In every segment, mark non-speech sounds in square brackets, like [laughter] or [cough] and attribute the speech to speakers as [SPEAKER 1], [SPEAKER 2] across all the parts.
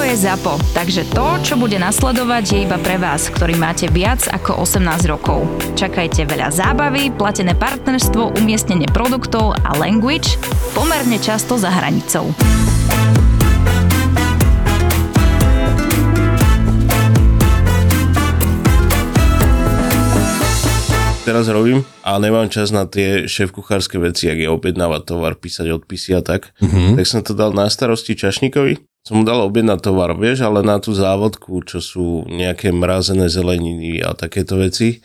[SPEAKER 1] je ZAPO, takže to, čo bude nasledovať, je iba pre vás, ktorý máte viac ako 18 rokov. Čakajte veľa zábavy, platené partnerstvo, umiestnenie produktov a language pomerne často za hranicou.
[SPEAKER 2] teraz robím a nemám čas na tie šéf-kuchárske veci, ak je objednávať tovar, písať odpisy a tak. Mm-hmm. Tak som to dal na starosti Čašníkovi. Som mu dal objednať tovar, vieš, ale na tú závodku, čo sú nejaké mrazené zeleniny a takéto veci.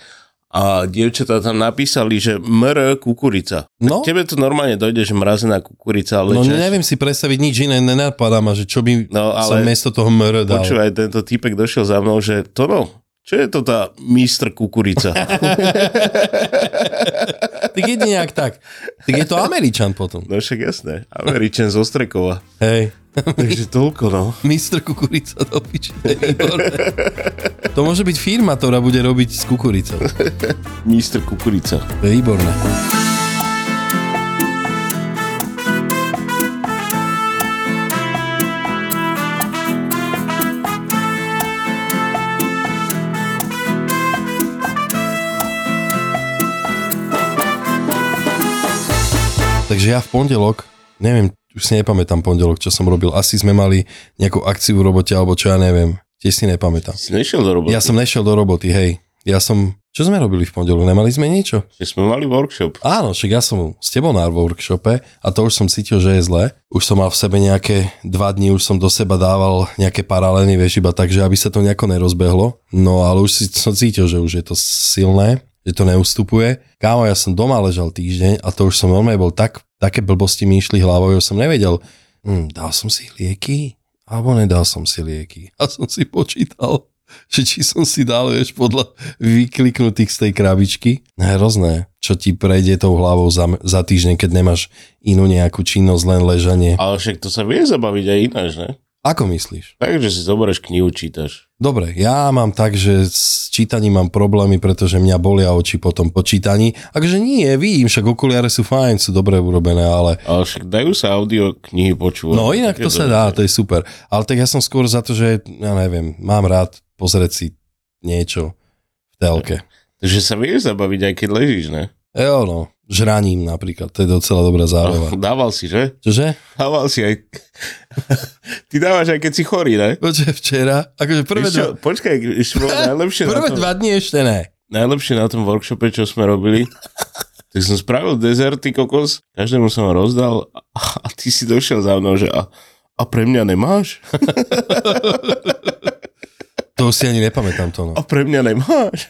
[SPEAKER 2] A dievčatá tam napísali, že mr kukurica.
[SPEAKER 3] No.
[SPEAKER 2] Tebe to normálne dojde, že mrazená kukurica, ale
[SPEAKER 3] No
[SPEAKER 2] čas-
[SPEAKER 3] neviem si predstaviť nič iné, nenapadá ma, že čo by
[SPEAKER 2] No,
[SPEAKER 3] no, ale... som
[SPEAKER 2] ale-
[SPEAKER 3] miesto toho mr dal.
[SPEAKER 2] Počúvaj, tento týpek došiel za mnou, že to no, čo je to tá mistr kukurica? [laughs]
[SPEAKER 3] Tak jedine ak tak. Tak je to Američan potom.
[SPEAKER 2] no však jasné, Američan z Ostrekova.
[SPEAKER 3] Hej. [laughs]
[SPEAKER 2] Takže toľko, no.
[SPEAKER 3] Mr. Kukurica do piče, to je výborné. To môže byť firma, ktorá bude robiť s kukuricou.
[SPEAKER 2] Mistr kukurica.
[SPEAKER 3] To je výborné. Takže ja v pondelok, neviem, už si nepamätám pondelok, čo som robil. Asi sme mali nejakú akciu v robote, alebo čo ja neviem. Tiež si nepamätám.
[SPEAKER 2] Si nešiel do roboty?
[SPEAKER 3] Ja som nešiel do roboty, hej. Ja som... Čo sme robili v pondelok? Nemali sme niečo?
[SPEAKER 2] Že sme mali workshop.
[SPEAKER 3] Áno, však ja som s tebou na workshope a to už som cítil, že je zle. Už som mal v sebe nejaké dva dní, už som do seba dával nejaké paralény, vieš, iba tak, že aby sa to nejako nerozbehlo. No ale už si, som cítil, že už je to silné, že to neustupuje. Kámo, ja som doma ležal týždeň a to už som veľmi bol tak, také blbosti mi išli hlavou, že som nevedel, hm, dal som si lieky, alebo nedal som si lieky. A som si počítal, že či som si dal, vieš, podľa vykliknutých z tej krabičky. Hrozné, čo ti prejde tou hlavou za, za týždeň, keď nemáš inú nejakú činnosť, len ležanie.
[SPEAKER 2] Ale však to sa vie zabaviť aj ináč, ne?
[SPEAKER 3] Ako myslíš?
[SPEAKER 2] Takže si zoberieš knihu, čítaš.
[SPEAKER 3] Dobre, ja mám tak, že s čítaním mám problémy, pretože mňa bolia oči potom po čítaní. Akže nie, vidím, však okuliare sú fajn, sú dobre urobené, ale
[SPEAKER 2] Ale však dajú sa audio knihy počúvať.
[SPEAKER 3] No inak to sa dá, to je super. Ale tak ja som skôr za to, že ja neviem, mám rád pozrieť si niečo v telke.
[SPEAKER 2] Takže sa vieš zabaviť, aj keď ležíš, ne?
[SPEAKER 3] Jo no, žraním napríklad, to je docela dobrá zábava.
[SPEAKER 2] Dával si, že?
[SPEAKER 3] Čože?
[SPEAKER 2] Dával si
[SPEAKER 3] [laughs]
[SPEAKER 2] aj... Ty dávaš aj keď si chorý, ne?
[SPEAKER 3] Počkaj, včera, akože prvé,
[SPEAKER 2] Vieš čo,
[SPEAKER 3] dva,
[SPEAKER 2] počkaj, ešte bolo najlepšie, na
[SPEAKER 3] prvé
[SPEAKER 2] tom,
[SPEAKER 3] dva dni ešte ne.
[SPEAKER 2] najlepšie na tom workshope, čo sme robili. Tak som spravil dezerty kokos, každému som ho rozdal a, a ty si došiel za mnou, že a, a pre mňa nemáš?
[SPEAKER 3] To už si ani nepamätám to. No.
[SPEAKER 2] A pre mňa nemáš?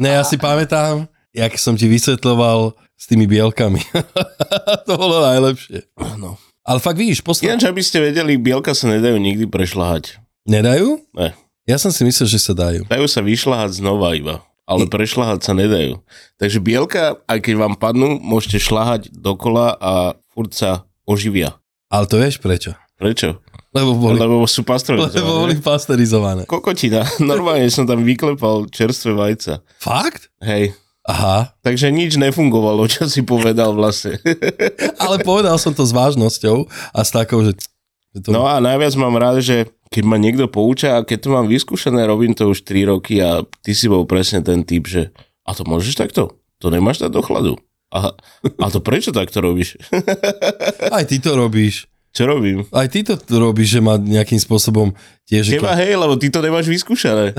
[SPEAKER 3] Ne, ja si pamätám, jak som ti vysvetľoval s tými bielkami. [laughs] to bolo najlepšie.
[SPEAKER 2] No.
[SPEAKER 3] Ale fakt vidíš,
[SPEAKER 2] [laughs]
[SPEAKER 3] posledná...
[SPEAKER 2] Ináč, aby ste vedeli, bielka sa nedajú nikdy prešľahať.
[SPEAKER 3] Nedajú?
[SPEAKER 2] Ne.
[SPEAKER 3] Ja som si myslel, že sa dajú.
[SPEAKER 2] Dajú sa vyšľahať znova iba, ale prešľahať sa nedajú. Takže bielka, aj keď vám padnú, môžete šľahať dokola a furt sa oživia.
[SPEAKER 3] Ale to vieš prečo?
[SPEAKER 2] Prečo?
[SPEAKER 3] Lebo boli
[SPEAKER 2] [laughs] Lebo sú pastrovizované.
[SPEAKER 3] [laughs] Lebo boli pasterizované.
[SPEAKER 2] Kokotina. [laughs] Normálne som tam vyklepal čerstvé vajca.
[SPEAKER 3] Fakt?
[SPEAKER 2] Hej.
[SPEAKER 3] Aha.
[SPEAKER 2] Takže nič nefungovalo, čo si povedal vlastne.
[SPEAKER 3] Ale povedal som to s vážnosťou a s takou, že... že To...
[SPEAKER 2] No a najviac mám rád, že keď ma niekto pouča a keď to mám vyskúšané, robím to už 3 roky a ty si bol presne ten typ, že a to môžeš takto? To nemáš dať do chladu. A, a to prečo takto robíš? [laughs]
[SPEAKER 3] Aj ty to robíš.
[SPEAKER 2] Čo robím?
[SPEAKER 3] Aj ty to robíš, že ma nejakým spôsobom tiež...
[SPEAKER 2] Teba hej, lebo ty to nemáš vyskúšané.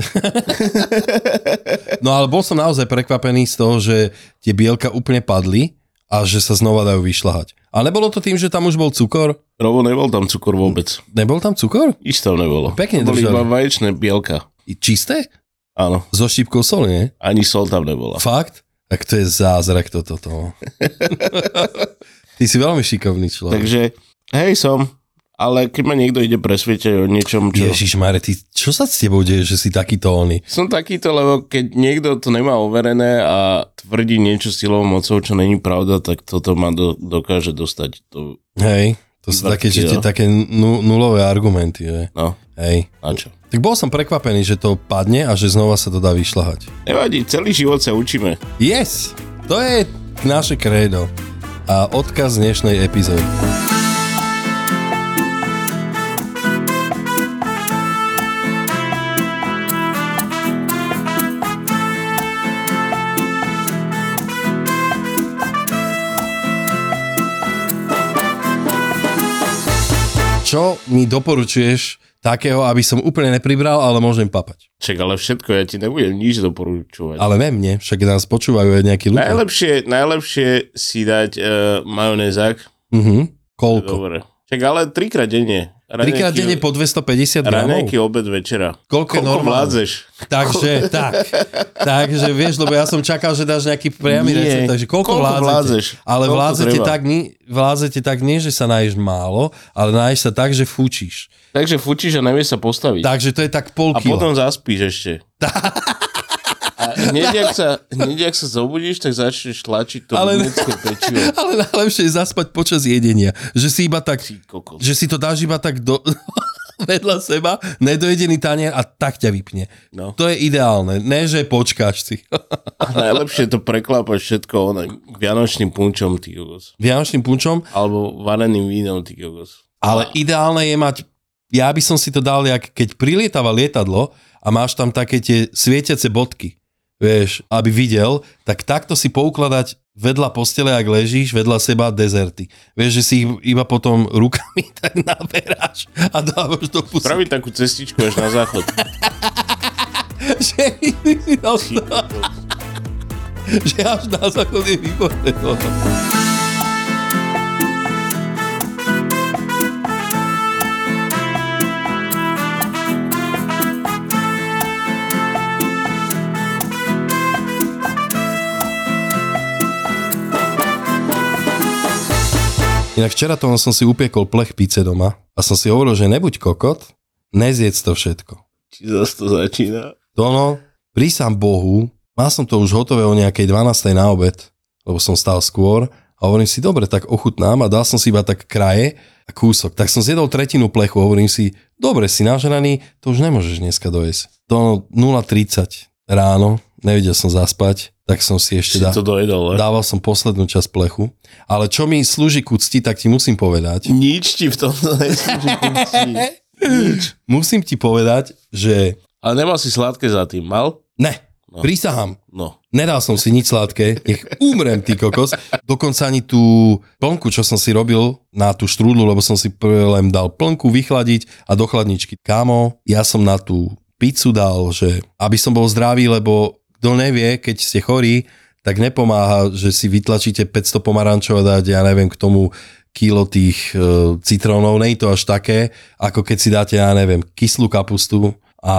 [SPEAKER 3] No ale bol som naozaj prekvapený z toho, že tie bielka úplne padli a že sa znova dajú vyšľahať. A nebolo to tým, že tam už bol cukor?
[SPEAKER 2] Robo, nebol tam cukor vôbec.
[SPEAKER 3] Nebol tam cukor?
[SPEAKER 2] Nič tam nebolo.
[SPEAKER 3] Pekne
[SPEAKER 2] to boli
[SPEAKER 3] držali.
[SPEAKER 2] iba vaječné bielka.
[SPEAKER 3] I Čisté?
[SPEAKER 2] Áno,
[SPEAKER 3] So šípkou sol, nie?
[SPEAKER 2] ani sol tam nebola.
[SPEAKER 3] Fakt? Tak to je zázrak toto. To. ty si veľmi šikovný človek.
[SPEAKER 2] Takže, hej som, ale keď ma niekto ide presvedčať o niečom, čo...
[SPEAKER 3] Ježiš Mare, ty, čo sa s tebou deje, že si takýto oný?
[SPEAKER 2] Som takýto, lebo keď niekto to nemá overené a tvrdí niečo silou mocou, čo není pravda, tak toto ma do, dokáže dostať. To,
[SPEAKER 3] Hej, to sú
[SPEAKER 2] Výborky,
[SPEAKER 3] také, že
[SPEAKER 2] jo.
[SPEAKER 3] tie také nu, nulové argumenty, že?
[SPEAKER 2] no,
[SPEAKER 3] Hej.
[SPEAKER 2] na čo?
[SPEAKER 3] Tak bol som prekvapený, že to padne a že znova sa to dá vyšľahať.
[SPEAKER 2] Nevadí, celý život sa učíme.
[SPEAKER 3] Yes! To je naše krédo. A odkaz dnešnej epizódy. čo mi doporučuješ takého, aby som úplne nepribral, ale môžem papať.
[SPEAKER 2] Čak, ale všetko, ja ti nebudem nič doporučovať.
[SPEAKER 3] Ale ne mne, však nás počúvajú aj nejakí ľudia.
[SPEAKER 2] Najlepšie, najlepšie si dať uh, majonézak.
[SPEAKER 3] Mhm. Koľko?
[SPEAKER 2] Dobre. Čak, ale trikrát denne. Raňajky-
[SPEAKER 3] Trikrát denne po 250 gramov?
[SPEAKER 2] Raňajky, obed, večera.
[SPEAKER 3] Koľko je
[SPEAKER 2] Koľko
[SPEAKER 3] normálne?
[SPEAKER 2] vládzeš?
[SPEAKER 3] Takže,
[SPEAKER 2] [laughs]
[SPEAKER 3] tak. Takže vieš, lebo ja som čakal, že dáš nejaký priamy
[SPEAKER 2] Nie.
[SPEAKER 3] recept, takže koľko,
[SPEAKER 2] Koľko
[SPEAKER 3] vládzete?
[SPEAKER 2] vládzeš?
[SPEAKER 3] Ale
[SPEAKER 2] Koľko
[SPEAKER 3] vládzete
[SPEAKER 2] treba?
[SPEAKER 3] tak, nie, vládzete tak nie, že sa náješ málo, ale náješ sa tak, že fúčiš.
[SPEAKER 2] Takže fučíš a nevieš sa postaviť.
[SPEAKER 3] Takže to je tak pol
[SPEAKER 2] a
[SPEAKER 3] kila.
[SPEAKER 2] potom zaspíš
[SPEAKER 3] [laughs]
[SPEAKER 2] ešte. A hneď, ak sa, hneď, ak sa zobudíš, tak začneš tlačiť to
[SPEAKER 3] Ale-
[SPEAKER 2] ale... nemecké pečivo.
[SPEAKER 3] Ale najlepšie je zaspať počas jedenia. Že si iba tak,
[SPEAKER 2] Ty kokos.
[SPEAKER 3] že si to dáš iba tak do, [laughs] vedľa seba, nedojedený tanier a tak ťa vypne.
[SPEAKER 2] No.
[SPEAKER 3] To je ideálne. Ne, že počkáš si.
[SPEAKER 2] A najlepšie to preklápať všetko ono, vianočným punčom, ty kokos.
[SPEAKER 3] [laughs] Vianočným punčom,
[SPEAKER 2] Alebo vareným vínom, ty kokos.
[SPEAKER 3] ale ideálne je mať, ja by som si to dal, jak keď prilietava lietadlo a máš tam také tie svietiace bodky, vieš, aby videl, tak takto si poukladať vedľa postele, ak ležíš, vedľa seba dezerty. Vieš, že si ich iba potom rukami [laughs] tak naberáš a dávaš do pusy.
[SPEAKER 2] Spraviť takú cestičku až na
[SPEAKER 3] [laughs]
[SPEAKER 2] záchod.
[SPEAKER 3] že [laughs] No, si dal
[SPEAKER 2] Ty kokos.
[SPEAKER 3] [laughs] že až na záchod je výborné. No. Inak včera to som si upiekol plech pice doma a som si hovoril, že nebuď kokot, nezjedz to všetko.
[SPEAKER 2] Či zase to začína?
[SPEAKER 3] Tono, prísam Bohu, mal som to už hotové o nejakej 12. na obed, lebo som stál skôr a hovorím si, dobre, tak ochutnám a dal som si iba tak kraje a kúsok. Tak som zjedol tretinu plechu, hovorím si, dobre, si nažraný, to už nemôžeš dneska dojesť. To 0.30 ráno, nevedel som zaspať, tak som si ešte
[SPEAKER 2] Si
[SPEAKER 3] dal,
[SPEAKER 2] to dojedol, ne?
[SPEAKER 3] dával som poslednú časť plechu. Ale čo mi slúži k úcti, tak ti musím povedať,
[SPEAKER 2] Nič ti v tomto neslúži punčí.
[SPEAKER 3] [laughs]
[SPEAKER 2] Nič.
[SPEAKER 3] musím ti povedať, že
[SPEAKER 2] Ale nemal si sladké za tým, mal?
[SPEAKER 3] ne,
[SPEAKER 2] No.
[SPEAKER 3] prísahám,
[SPEAKER 2] No.
[SPEAKER 3] Nedal som si nič sladké, nech umrem, ty kokos. Dokonca ani tú plnku, čo som si robil na tú štrúdlu, lebo som si prvé len dal plnku vychladiť a do chladničky. Kámo, ja som na tú pizzu dal, že aby som bol zdravý, lebo kto nevie, keď ste chorí, tak nepomáha, že si vytlačíte 500 pomarančov a dáte, ja neviem, k tomu kilo tých e, citrónov, nie je to až také, ako keď si dáte, ja neviem, kyslú kapustu a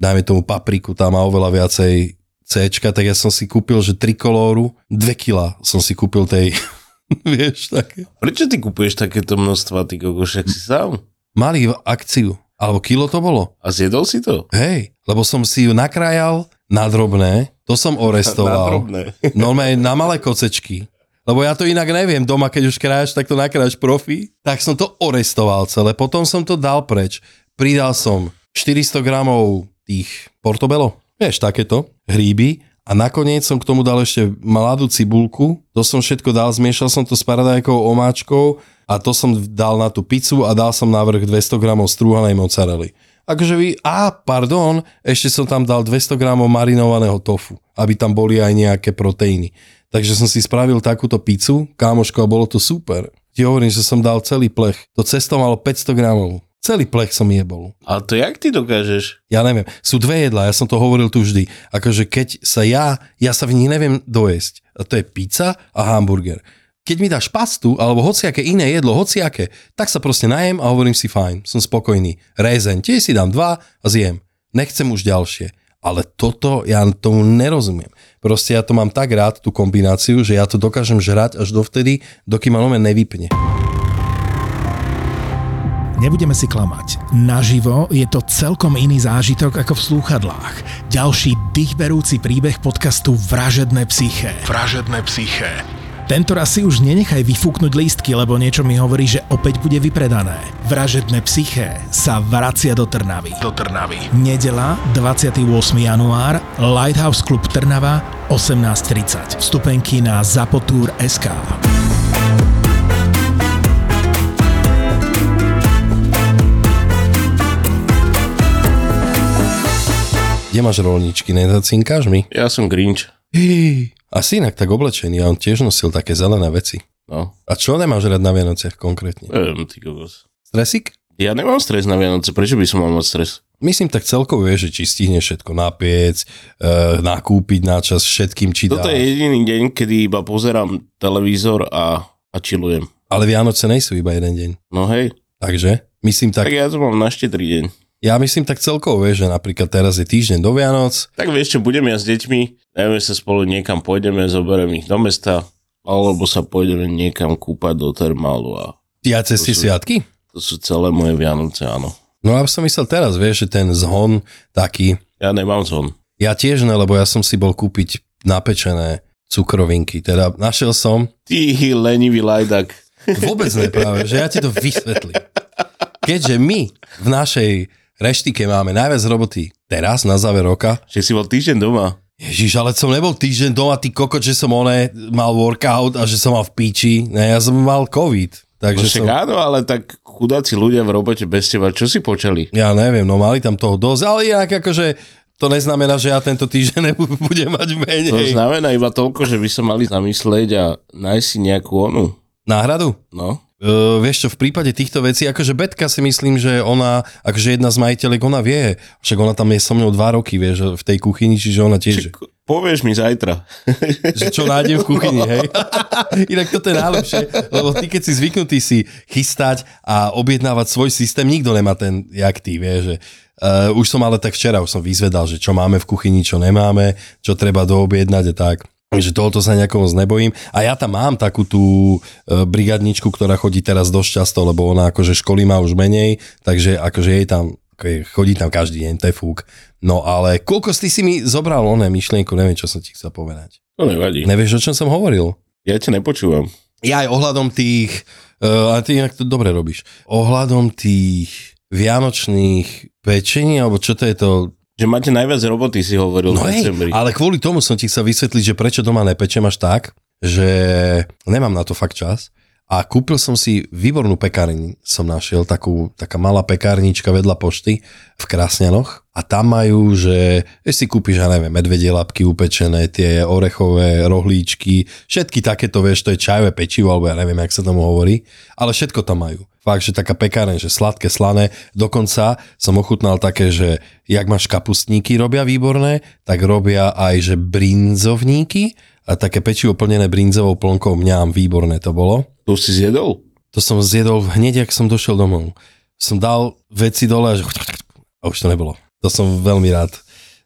[SPEAKER 3] dajme tomu papriku, tam má oveľa viacej C, tak ja som si kúpil, že trikolóru, 2 kila som si kúpil tej, [laughs] vieš, také.
[SPEAKER 2] Prečo ty kupuješ takéto množstva, ty kokošek si sám?
[SPEAKER 3] Mali v- akciu, alebo kilo to bolo.
[SPEAKER 2] A zjedol si to?
[SPEAKER 3] Hej, lebo som si ju nakrájal na drobné, to som orestoval.
[SPEAKER 2] Nadrobné.
[SPEAKER 3] No, Normálne na malé kocečky. Lebo ja to inak neviem, doma keď už krájaš, tak to nakrájaš profi. Tak som to orestoval celé, potom som to dal preč. Pridal som 400 gramov tých portobello, vieš, takéto, hríby. A nakoniec som k tomu dal ešte mladú cibulku, to som všetko dal, zmiešal som to s paradajkou, omáčkou a to som dal na tú pizzu a dal som navrh 200 gramov strúhanej mozzarelly. Akože vy, a pardon, ešte som tam dal 200 gramov marinovaného tofu, aby tam boli aj nejaké proteíny. Takže som si spravil takúto pizzu, kámoško, a bolo to super. Ti hovorím, že som dal celý plech. To cesto malo 500 gramov. Celý plech som jebol.
[SPEAKER 2] A to jak ty dokážeš?
[SPEAKER 3] Ja neviem, sú dve jedlá, ja som to hovoril tu vždy. Akože keď sa ja, ja sa v nich neviem dojesť. A to je pizza a hamburger. Keď mi dáš pastu alebo hociaké iné jedlo, hociaké, tak sa proste najem a hovorím si fajn, som spokojný. Rezeň, tiež si dám dva a zjem. Nechcem už ďalšie. Ale toto, ja tomu nerozumiem. Proste ja to mám tak rád, tú kombináciu, že ja to dokážem žrať až dovtedy, dokým ma nome nevypne.
[SPEAKER 4] Nebudeme si klamať. Naživo je to celkom iný zážitok ako v slúchadlách. Ďalší dýchberúci príbeh podcastu Vražedné psyché. Vražedné psyché. Tento raz si už nenechaj vyfúknuť lístky, lebo niečo mi hovorí, že opäť bude vypredané. Vražedné psyché sa vracia do Trnavy. Do Trnavy. Nedela, 28. január, Lighthouse Club Trnava, 18.30. Vstupenky na zapotur.sk.
[SPEAKER 3] Kde máš rolničky, nezacinkáš mi?
[SPEAKER 2] Ja som Grinch.
[SPEAKER 3] Hý. A si inak tak oblečený a on tiež nosil také zelené veci.
[SPEAKER 2] No,
[SPEAKER 3] A čo nemáš rád na Vianociach konkrétne?
[SPEAKER 2] neviem, ty kokos.
[SPEAKER 3] Stresik?
[SPEAKER 2] Ja nemám stres na Vianoce, prečo by som mal mať stres?
[SPEAKER 3] Myslím tak celkovo je, že či stihne všetko napiec, e, nakúpiť na čas všetkým, či
[SPEAKER 2] Toto
[SPEAKER 3] dá.
[SPEAKER 2] je jediný deň, kedy iba pozerám televízor a, a chillujem.
[SPEAKER 3] Ale Vianoce nejsú iba jeden deň.
[SPEAKER 2] No hej,
[SPEAKER 3] Takže myslím
[SPEAKER 2] tak.
[SPEAKER 3] tak,
[SPEAKER 2] tak ja to mám na štedrý deň.
[SPEAKER 3] ja myslím tak celkovo je, že napríklad teraz je týždeň do Vianoc,
[SPEAKER 2] Tak vieš čo, budem ja s deťmi, dajme sa spolu niekam, pôjdeme, zoberiem ich do mesta, alebo sa pôjdeme niekam kúpať do termálu a
[SPEAKER 3] ja cez tie
[SPEAKER 2] sú-
[SPEAKER 3] sviatky.
[SPEAKER 2] to sú celé moje Vianoce, áno.
[SPEAKER 3] No a som myslel teraz, vieš, že ten zhon taký,
[SPEAKER 2] Ja nemám zon.
[SPEAKER 3] ja tiež ne, lebo ja som si bol kúpiť napečené cukrovinky, teda našiel som,
[SPEAKER 2] Ty lenivý lajdak.
[SPEAKER 3] vôbec ne práve, že ja ti to vysvetlím. Keďže my v našej reštike máme najviac roboty teraz, na záver roka,
[SPEAKER 2] Však si bol týždeň doma.
[SPEAKER 3] Ježiš, ale som nebol týždeň doma, ty kokot, že som oné, mal workout a že som mal v píči. Ne, ja som mal covid. Takže
[SPEAKER 2] Však
[SPEAKER 3] som,
[SPEAKER 2] áno, ale tak chudáci ľudia v robote bez teba, čo si počali?
[SPEAKER 3] ja neviem, no mali tam toho dosť, ale inak akože to neznamená, že ja tento týždeň [laughs] nebu- budem mať menej.
[SPEAKER 2] To znamená iba toľko, že by sa mali zamyslieť a nájsť si nejakú onu.
[SPEAKER 3] Náhradu?
[SPEAKER 2] No,
[SPEAKER 3] Uh, vieš čo, v prípade týchto vecí, akože Betka si myslím, že ona, akože jedna z majiteľek, ona vie, však ona tam je so mnou dva roky, vieš, v tej kuchyni, čiže ona tiež...
[SPEAKER 2] Však povieš mi zajtra.
[SPEAKER 3] že čo nájdem v kuchyni, hej. [laughs] Inak toto je najlepšie, lebo ty keď si zvyknutý si chystať a objednávať svoj systém, nikto nemá ten, jak ty, vie, že uh, už som ale tak včera, už som vyzvedal, že čo máme v kuchyni, čo nemáme, čo treba doobjednať a tak. Takže tohoto sa nejako moc nebojím. A ja tam mám takú tú e, brigadničku, ktorá chodí teraz dosť často, lebo ona akože školy má už menej, takže akože jej tam ako je- chodí tam každý deň, to je fúk. No ale koľko si si mi zobral oné myšlienku, neviem, čo som ti chcel povedať.
[SPEAKER 2] To nevadí. Ne.
[SPEAKER 3] Nevieš, o čom som hovoril?
[SPEAKER 2] Ja ťa nepočúvam.
[SPEAKER 3] Ja aj ohľadom tých, uh, ale ty inak to dobre robíš, ohľadom tých vianočných pečení, alebo čo to je to?
[SPEAKER 2] Že máte najviac roboty, si hovoril
[SPEAKER 3] No
[SPEAKER 2] v
[SPEAKER 3] hej,
[SPEAKER 2] decembri.
[SPEAKER 3] ale kvôli tomu som ti chcel vysvetliť, že prečo doma nepečem až tak, že nemám na to fakt čas. A kúpil som si výbornú pekárni, som našiel, takú, taká malá pekárnička vedľa pošty v Krasňanoch. A tam majú, že vieš, si kúpiš, ja neviem, medvedie labky upečené, tie orechové rohlíčky, všetky takéto, vieš, to je čajové pečivo, alebo ja neviem, jak sa tomu hovorí, ale všetko tam majú. Fakt, že taká pekáreň, že sladké, slané. Dokonca som ochutnal také, že jak máš kapustníky robia výborné, tak robia aj, že brinzovníky a také pečivo plnené brinzovou plnkou mňam výborné to bolo.
[SPEAKER 2] To si zjedol?
[SPEAKER 3] To som zjedol hneď, ak som došiel domov. Som dal veci dole a, že... a už to nebolo. To som veľmi rád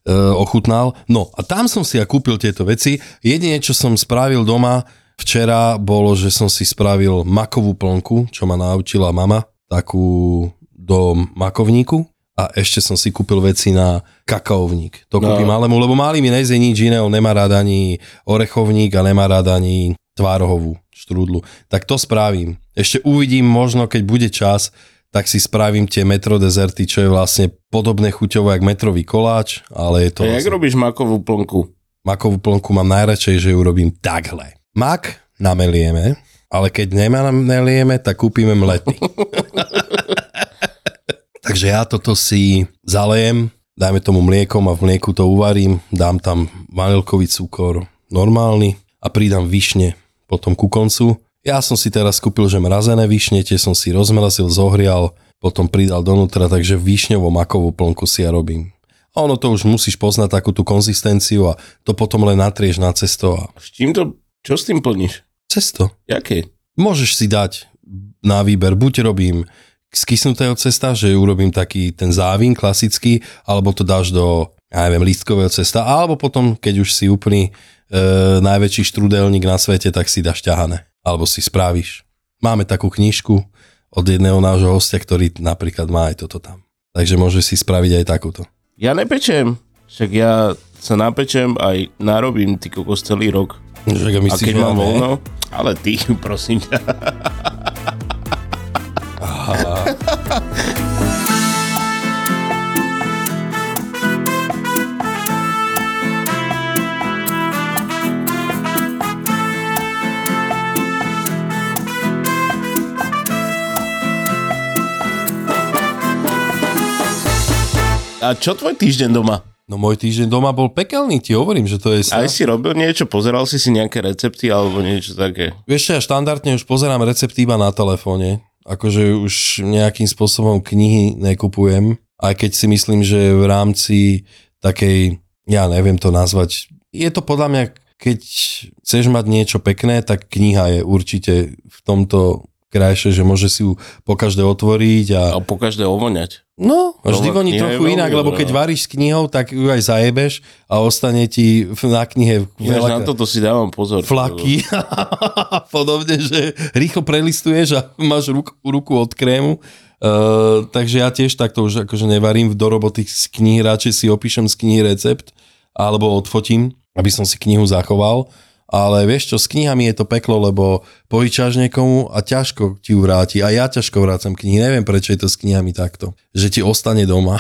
[SPEAKER 3] e, ochutnal. No a tam som si ja kúpil tieto veci. Jedine, čo som spravil doma včera, bolo, že som si spravil makovú plnku, čo ma naučila mama, takú do makovníku a ešte som si kúpil veci na kakaovník. To
[SPEAKER 2] No.
[SPEAKER 3] kúpim malému, lebo malý mi nejde nič iné, on nemá rád ani orechovník a nemá rád ani tvárohovú štrúdlu. Tak to spravím. Ešte uvidím možno, keď bude čas, tak si spravím tie metro dezerty, čo je vlastne podobné chuťovo jak metrový koláč, ale je
[SPEAKER 2] To
[SPEAKER 3] to...
[SPEAKER 2] a jak
[SPEAKER 3] vlastne-
[SPEAKER 2] robíš makovú plnku?
[SPEAKER 3] makovú plnku mám najradšej, že ju robím takhle. Mak namelieme, ale keď nemelieme, tak kúpime mletný. [laughs] Takže ja toto si zalejem, dajme tomu mliekom a v mlieku to uvarím, dám tam vanilkový cukor normálny a pridám višne potom ku koncu. Ja som si teraz kúpil, že mrazené višne, tie som si rozmrazil, zohrial, potom pridal donútra, takže višňovo makovú plnku si ja robím. A ono to už musíš poznať takú tú konzistenciu a to potom len natrieš na cesto a
[SPEAKER 2] S čím to, čo s tým plníš?
[SPEAKER 3] cesto.
[SPEAKER 2] Jaké?
[SPEAKER 3] Môžeš si dať na výber, buď robím z kysnutého cesta, že urobím taký ten závin klasický, alebo to dáš do, ja neviem, lístkového cesta, alebo potom, keď už si úplný e, najväčší štrudelník na svete, tak si dáš ťahané, alebo si spravíš. Máme takú knižku od jedného nášho hostia, ktorý napríklad má aj toto tam. Takže môžeš si spraviť aj takúto.
[SPEAKER 2] Ja nepečem. Však ja sa napečem aj narobím ty kokos celý rok.
[SPEAKER 3] Že,
[SPEAKER 2] A keď mám voľno, ale ty, [laughs] prosím ťa. A čo tvoj týždeň doma?
[SPEAKER 3] No môj týždeň doma bol pekelný, ti hovorím, že to je...
[SPEAKER 2] Aj si robil niečo? Pozeral si si nejaké recepty alebo niečo také?
[SPEAKER 3] Vieš čo, ja štandardne už pozerám recepty iba na telefóne, Akože už nejakým spôsobom knihy nekupujem, aj keď si myslím, že v rámci takej, ja neviem to nazvať, je to podľa mňa, keď chceš mať niečo pekné, tak kniha je určite v tomto krajšie, že môže si ju po každé otvoriť a
[SPEAKER 2] A po každé ovoňať.
[SPEAKER 3] No, vždy
[SPEAKER 2] Nová
[SPEAKER 3] voní
[SPEAKER 2] kniha je
[SPEAKER 3] trochu
[SPEAKER 2] veľmi
[SPEAKER 3] inak, lebo
[SPEAKER 2] dobrá. no.
[SPEAKER 3] keď varíš s knihou, tak ju aj zajebeš a ostane ti v- na knihe
[SPEAKER 2] Ináč na
[SPEAKER 3] veľa
[SPEAKER 2] toto si dávam pozor.
[SPEAKER 3] flaky [laughs] a podobne, že rýchlo prelistuješ a máš ruk, ruku od krému. Uh, takže ja tiež takto už akože nevarím do roboty z knihy, radšej si opíšem z knihy recept alebo odfotím, aby som si knihu zachoval. Ale vieš čo, s knihami je to peklo, lebo požičaš niekomu a ťažko ti ju vráti. A ja ťažko vrácam knihy. Neviem, prečo je to s knihami takto. Že ti ostane doma.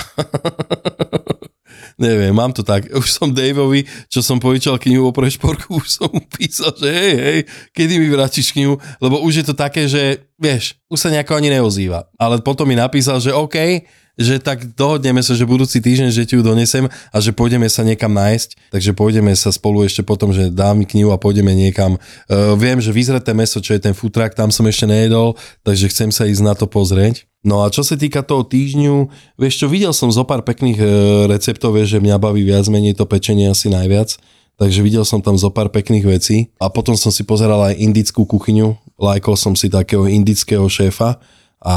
[SPEAKER 3] Neviem, mám to tak. Už som Daveovi, čo som povičal knihu o prešporku, už som mu písal, že hej, hej, kedy mi vrátiš knihu, lebo už je to také, že vieš, už sa nejako ani neozýva. Ale potom mi napísal, že OK, že tak dohodneme sa, že budúci týždeň, že ti ju donesem a že pôjdeme sa niekam nájsť, takže pôjdeme sa spolu ešte potom, že dám mi knihu a pôjdeme niekam. Uh, viem, že vyzreté meso, čo je ten futrak, tam som ešte nejedol, takže chcem sa ísť na to pozrieť. No a čo sa týka toho týždňu, vieš čo, videl som zo pár pekných e, receptov, vieš, že mňa baví viac menej to pečenie asi najviac, takže videl som tam zo pár pekných vecí a potom som si pozeral aj indickú kuchyňu, lajkol som si takého indického šéfa a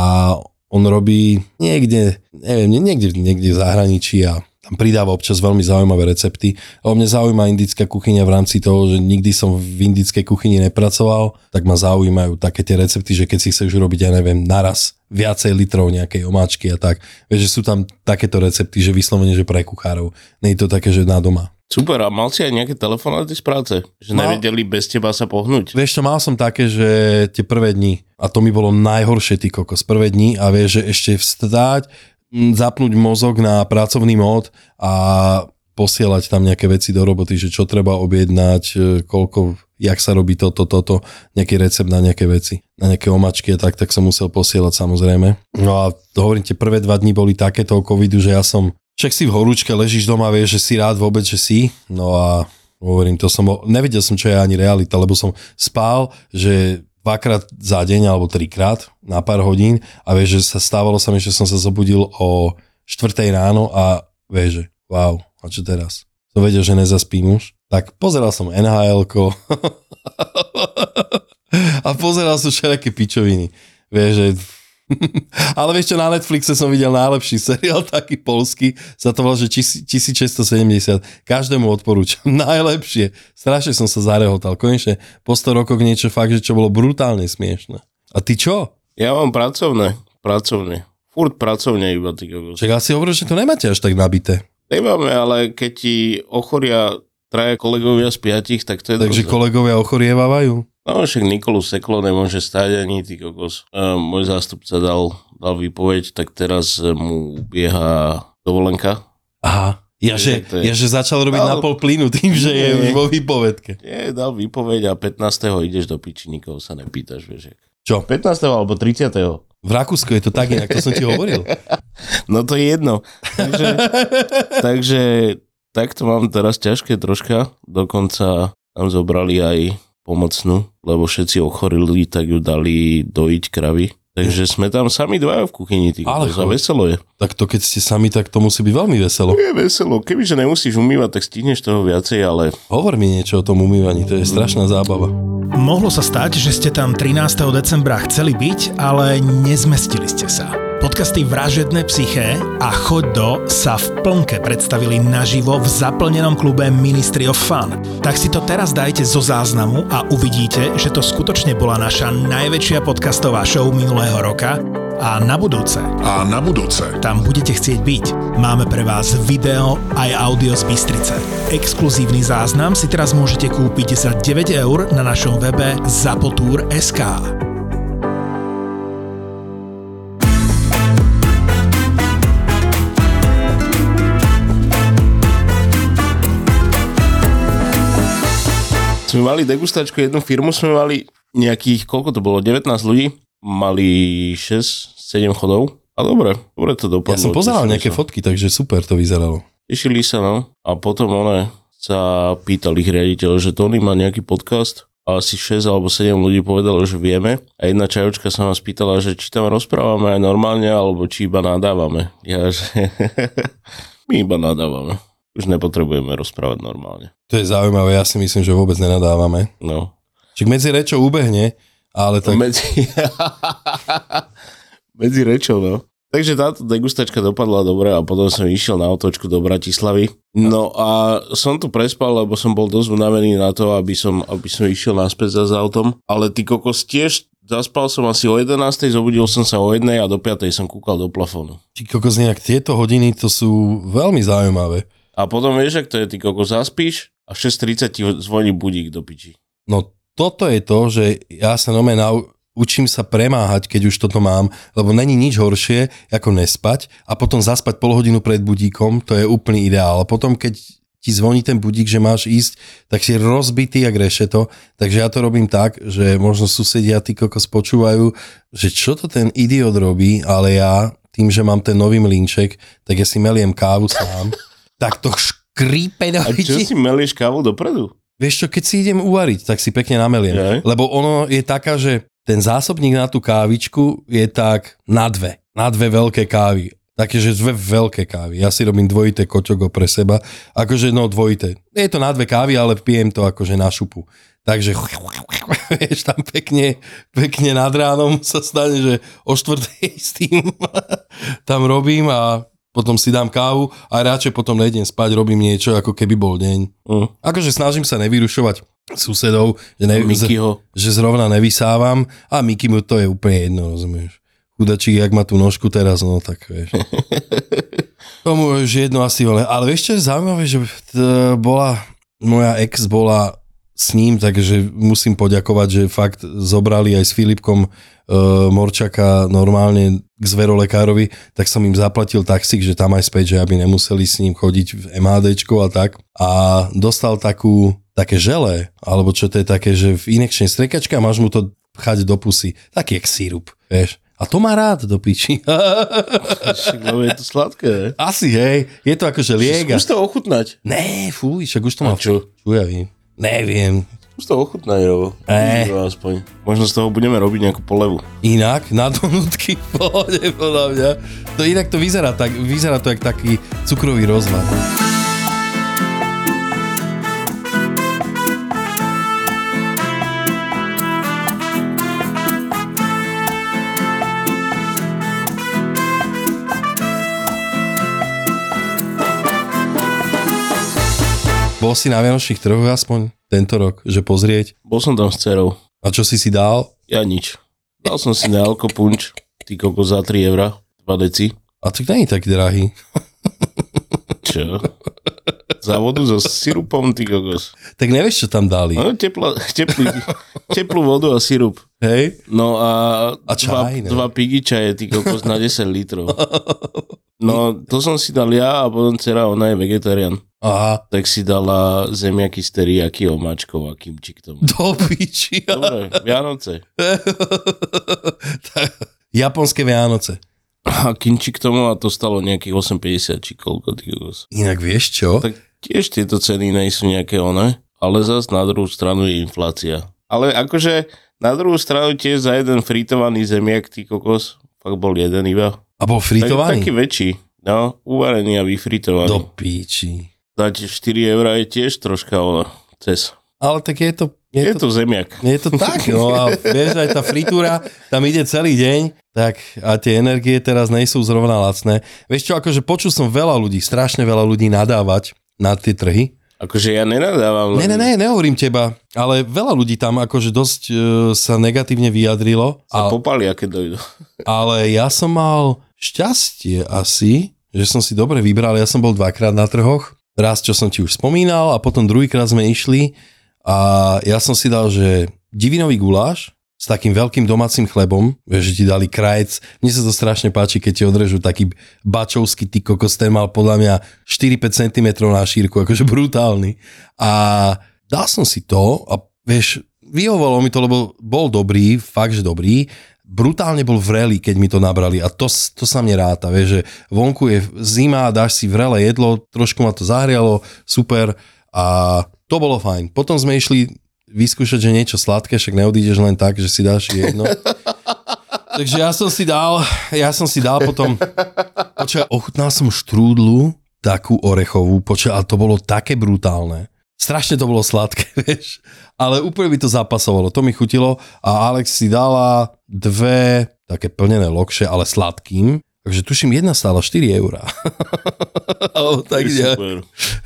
[SPEAKER 3] on robí niekde, neviem, niekde, niekde v zahraničí a tam pridáva občas veľmi zaujímavé recepty. O mne zaujíma indická kuchyňa v rámci toho, že nikdy som v indickej kuchyni nepracoval, tak ma zaujímajú také tie recepty, že keď si chceš urobiť, ja neviem, naraz viacej litrov nejakej omáčky a tak. Vieš, že sú tam takéto recepty, že vyslovene, že pre kuchárov. Nie je to také, že na doma.
[SPEAKER 2] Super, a mal si aj nejaké telefonáty z práce? Že
[SPEAKER 3] Mal.
[SPEAKER 2] nevedeli bez teba sa pohnúť?
[SPEAKER 3] Vieš čo, mal som také, že tie prvé dni, a to mi bolo najhoršie, ty kokos, prvé dni a vieš, že ešte vstať, m, zapnúť mozog na pracovný mód a posielať tam nejaké veci do roboty, že čo treba objednať, e, koľko, jak sa robí toto, toto, nejaký recept na nejaké veci, na nejaké omačky a tak, tak som musel posielať samozrejme. No a to hovorím, tie prvé dva dni boli také toho covidu, že ja som, však si v horúčke, ležíš doma, vieš, že si rád vôbec, že si, no a Hovorím, to som, o- nevedel som, čo je ani realita, lebo som spal, že dvakrát za deň alebo trikrát na pár hodín a vieš, že sa stávalo sa mi, že som sa zobudil o 4 ráno a vieš, že wow, a čo teraz? Som vedel, že nezaspím už. Tak pozeral som nhl [laughs] a pozeral som všelijaké pičoviny. Vieš, že... [laughs] Ale vieš čo, na Netflixe som videl najlepší seriál, taký polský, sa to volá, že 1670. Každému odporúčam. [laughs] Najlepšie. Strašne som sa zarehotal. Konečne po 100 rokoch niečo fakt, že čo bolo brutálne smiešne. A ty čo?
[SPEAKER 2] Ja mám pracovné, pracovne. Furt pracovne iba, ty kokos.
[SPEAKER 3] Čak asi hovoril, že to nemáte až tak nabité.
[SPEAKER 2] Nemáme, ale keď ti ochoria traja kolegovia z piatich, tak to je
[SPEAKER 3] Takže
[SPEAKER 2] dosť.
[SPEAKER 3] kolegovia ochorievajú.
[SPEAKER 2] No však Nikolu Seklo nemôže stať ani ty kokos. E, môj zástupca dal, dal výpoveď, tak teraz e, mu bieha dovolenka.
[SPEAKER 3] Aha. Ja, že,
[SPEAKER 2] Tak to je.
[SPEAKER 3] ja, že začal robiť
[SPEAKER 2] Ale-
[SPEAKER 3] na pol plynu tým, že je
[SPEAKER 2] Nie.
[SPEAKER 3] už vo výpovedke.
[SPEAKER 2] Je, dal výpoveď a 15. ideš do piči, nikoho sa nepýtaš, vieš. jak.
[SPEAKER 3] Čo?
[SPEAKER 2] 15. alebo 30.
[SPEAKER 3] V Rakúsku je to tak inak, to som ti
[SPEAKER 2] [laughs]
[SPEAKER 3] hovoril.
[SPEAKER 2] No to je jedno. [laughs] Takže, takže takto mám teraz ťažké troška. Dokonca tam zobrali aj pomocnú, lebo všetci ochorili, tak ju dali dojiť kravy. Takže sme tam sami dvaja v kuchyni, ty,
[SPEAKER 3] Ale
[SPEAKER 2] Ale za
[SPEAKER 3] chuj.
[SPEAKER 2] veselo je.
[SPEAKER 3] Tak to keď ste sami, tak to musí byť veľmi veselo.
[SPEAKER 2] Je veselo, kebyže nemusíš umývať, tak stihneš toho viacej, ale
[SPEAKER 3] Hovor mi niečo o tom umývaní, to je strašná zábava.
[SPEAKER 4] Mohlo sa stať, že ste tam 13. decembra chceli byť, ale nezmestili ste sa. Podcasty Vražedné psyché a Choď do sa v plnke predstavili naživo v zaplnenom klube Ministry of Fun. Tak si to teraz dajte zo záznamu a uvidíte, že to skutočne bola naša najväčšia podcastová show minulého roka a na budúce
[SPEAKER 5] A na budúce.
[SPEAKER 4] tam budete chcieť byť. Máme pre vás video aj audio z Bystrice. Exkluzívny záznam si teraz môžete kúpiť za 9 eur na našom webe zapotur.sk.
[SPEAKER 2] sme mali degustačku, jednu firmu sme mali nejakých, koľko to bolo, 19 ľudí, mali 6, 7 chodov. A dobre, dobre to dopadlo.
[SPEAKER 3] Ja som pozeral
[SPEAKER 2] Tešili
[SPEAKER 3] nejaké
[SPEAKER 2] sa.
[SPEAKER 3] fotky, takže super to vyzeralo.
[SPEAKER 2] Tešili sa, no. A potom one sa pýtal ich riaditeľ, že Tony má nejaký podcast asi 6 alebo 7 ľudí povedalo, že vieme. A jedna čajočka sa ma spýtala, že či tam rozprávame aj normálne, alebo či iba nadávame. Ja, že [laughs] my iba nadávame. Už nepotrebujeme rozprávať normálne.
[SPEAKER 3] To je zaujímavé, ja si myslím, že vôbec nenadávame.
[SPEAKER 2] No.
[SPEAKER 3] Čiže medzi rečou ubehne, ale
[SPEAKER 2] [laughs]
[SPEAKER 3] tak...
[SPEAKER 2] Medzi... Medzi rečou, no. Takže táto degustačka dopadla dobre a potom som išiel na otočku do Bratislavy. No a som tu prespal, lebo som bol dosť unavený na to, aby som, aby som išiel naspäť za za autom. Ale ty kokos tiež, zaspal som asi o 11, zobudil som sa o 1 a do 5 som kúkal do plafónu.
[SPEAKER 3] Ty kokos nejak tieto hodiny, to sú veľmi zaujímavé.
[SPEAKER 2] A potom vieš, ak to je, ty kokos zaspíš a v 6.30 ti zvoní budík do piči.
[SPEAKER 3] No toto je to, že ja sa nome nau- učím sa premáhať, keď už toto mám, lebo není nič horšie, ako nespať a potom zaspať pol hodinu pred budíkom, to je úplný ideál. A potom, keď ti zvoní ten budík, že máš ísť, tak si rozbitý jak rešeto. Takže ja to robím tak, že možno susedia ty kokos počúvajú, že čo to ten idiot robí, ale ja tým, že mám ten nový mlinček, tak ja si meliem kávu
[SPEAKER 2] [laughs]
[SPEAKER 3] sám, tak to škrípe do [laughs]
[SPEAKER 2] A čo si
[SPEAKER 3] piči.
[SPEAKER 2] melieš kávu dopredu?
[SPEAKER 3] Vieš čo, keď si idem uvariť, tak si pekne nameliem.
[SPEAKER 2] Jaj.
[SPEAKER 3] Lebo ono je taká, že ten zásobník na tú kávičku je tak na dve. Na dve veľké kávy. Také, že dve veľké kávy. Ja si robím dvojité koťogo pre seba. Akože, no dvojité. Je to na dve kávy, ale pijem to akože na šupu. Takže, [laughs] vieš, tam pekne, pekne nad ránom sa stane, že o štvrtej s tým [laughs] tam robím a potom si dám kávu a radšej potom nejdem spať, robím niečo, ako keby bol deň.
[SPEAKER 2] Mm.
[SPEAKER 3] Akože snažím sa nevyrušovať susedov, že, ne, z,
[SPEAKER 2] Mikyho. [laughs]
[SPEAKER 3] že zrovna nevysávam a Miky mu to je úplne jedno, rozumieš. Chudačík, jak má tú nožku teraz, no tak vieš. Tomu už jedno asi veľa. Ale vieš čo je zaujímavé, že t- bola, moja ex bola s ním, takže musím poďakovať, že fakt zobrali aj s Filipkom e, Morčaka normálne k zverolekárovi, tak som im zaplatil taxík, že tam aj späť, že aby nemuseli s ním chodiť v MHDčko a tak. A dostal takú, také žele, alebo čo to je také, že v inekčnej strekačke a máš mu to pchať do pusy. Taký jak sírup, vieš. A to má rád do piči. [laughs]
[SPEAKER 2] Však, lebo je to sladké, ne?
[SPEAKER 3] Asi, hej. Je to akože liek. a-
[SPEAKER 2] Skús to ochutnať.
[SPEAKER 3] Ne, fuj, však už to
[SPEAKER 2] A
[SPEAKER 3] má.
[SPEAKER 2] čo?
[SPEAKER 3] Čo ja viem. Neviem.
[SPEAKER 2] Skús to ochutnať, Robo.
[SPEAKER 3] Eh.
[SPEAKER 2] Užívaj Aspoň. Možno z toho budeme robiť nejakú polevu.
[SPEAKER 3] Inak, na donutky v pohode, podľa mňa. To inak to vyzerá tak, vyzerá to jak taký cukrový rozvrat. Bol si na Vianočných trhoch aspoň tento rok, že pozrieť?
[SPEAKER 2] Bol som tam s cerou.
[SPEAKER 3] A čo si si dal?
[SPEAKER 2] Ja nič. Dal som si na alkopunč, ty koko za 3 eurá, 2 deci.
[SPEAKER 3] A to nie je tak drahý.
[SPEAKER 2] Čo? Za vodu so sirupom, ty kokos.
[SPEAKER 3] Tak nevieš, čo tam dali.
[SPEAKER 2] No, tepla, teplý, teplú vodu a sirup.
[SPEAKER 3] Hej?
[SPEAKER 2] No a,
[SPEAKER 3] A čaj, ne?
[SPEAKER 2] dva, dva pigi čaje, ty kokos, na 10 litrov. No, to som si dal ja a potom dcera, ona je vegetarián.
[SPEAKER 3] Aha,
[SPEAKER 2] Tak si dala zemiaky z teriaky, omáčkov a kimči k tomu.
[SPEAKER 3] [laughs] do piči.
[SPEAKER 2] Dobre, Vianoce.
[SPEAKER 3] Tak, Japonské Vianoce.
[SPEAKER 2] A kimči k tomu a to stalo nejakých 8,50 či koľko, ty kokos.
[SPEAKER 3] Inak vieš čo?
[SPEAKER 2] Tak tiež tieto ceny nie sú nejaké one, ale zas na druhú stranu je inflácia. Ale akože na druhú stranu tiež za jeden fritovaný zemiak, ty kokos, fakt bol jeden iba.
[SPEAKER 3] A bol
[SPEAKER 2] Tak, taký
[SPEAKER 3] fritovaný?
[SPEAKER 2] väčší, no, uvarený a vyfritovaný.
[SPEAKER 3] Do piči.
[SPEAKER 2] Dať 4 eurá je tiež troška ono, cez.
[SPEAKER 3] Ale tak je to...
[SPEAKER 2] Je,
[SPEAKER 3] Je
[SPEAKER 2] to,
[SPEAKER 3] to
[SPEAKER 2] zemiak.
[SPEAKER 3] je to tak, no a vieš, aj tá fritúra tam ide celý deň, tak a tie energie teraz nejsú zrovna lacné. Vieš čo, akože počul som veľa ľudí, strašne veľa ľudí nadávať na tie trhy,
[SPEAKER 2] Akože ja nenadávam.
[SPEAKER 3] Ne,
[SPEAKER 2] len
[SPEAKER 3] ne, ne, nehovorím teba, ale veľa ľudí tam akože dosť e, sa negatívne vyjadrilo,
[SPEAKER 2] Sa
[SPEAKER 3] a,
[SPEAKER 2] popalia, keď dojdu.
[SPEAKER 3] ale ja som mal šťastie asi, že som si dobre vybral, ja som bol dvakrát na trhoch, raz, čo som ti už spomínal a potom druhýkrát sme išli a ja som si dal, že divinový guláš s takým veľkým domácim chlebom, vieš, že ti dali krajec. Mne sa to strašne páči, keď ti odrežú taký bačovský ty kokos, ten mal podľa mňa 4-5 cm na šírku, akože brutálny. A dal som si to a vieš, vyhovovalo mi to, lebo bol dobrý, fakt, že dobrý. Brutálne bol vrelý, keď mi to nabrali a to, s- to sa mne ráta, vieš, že vonku je zima, dáš si vrelé jedlo, trošku ma to zahrialo, super a to bolo fajn. Potom sme išli vyskúšať, že niečo sladké, však neodídeš len tak, že si dáš jedno. Takže ja som si dal, ja som si dal potom, počkaj, ochutnal som štrúdlu, takú orechovú, počkaj, a to bolo také brutálne. Strašne to bolo sladké, [laughs] vieš, ale úplne by to zapasovalo, to mi chutilo a Alex si dala dve také plnené lokše, ale sladkým, takže tuším jedna stála 4 eurá. [laughs] Alebo tak
[SPEAKER 2] [laughs]
[SPEAKER 3] nejak.
[SPEAKER 2] Super.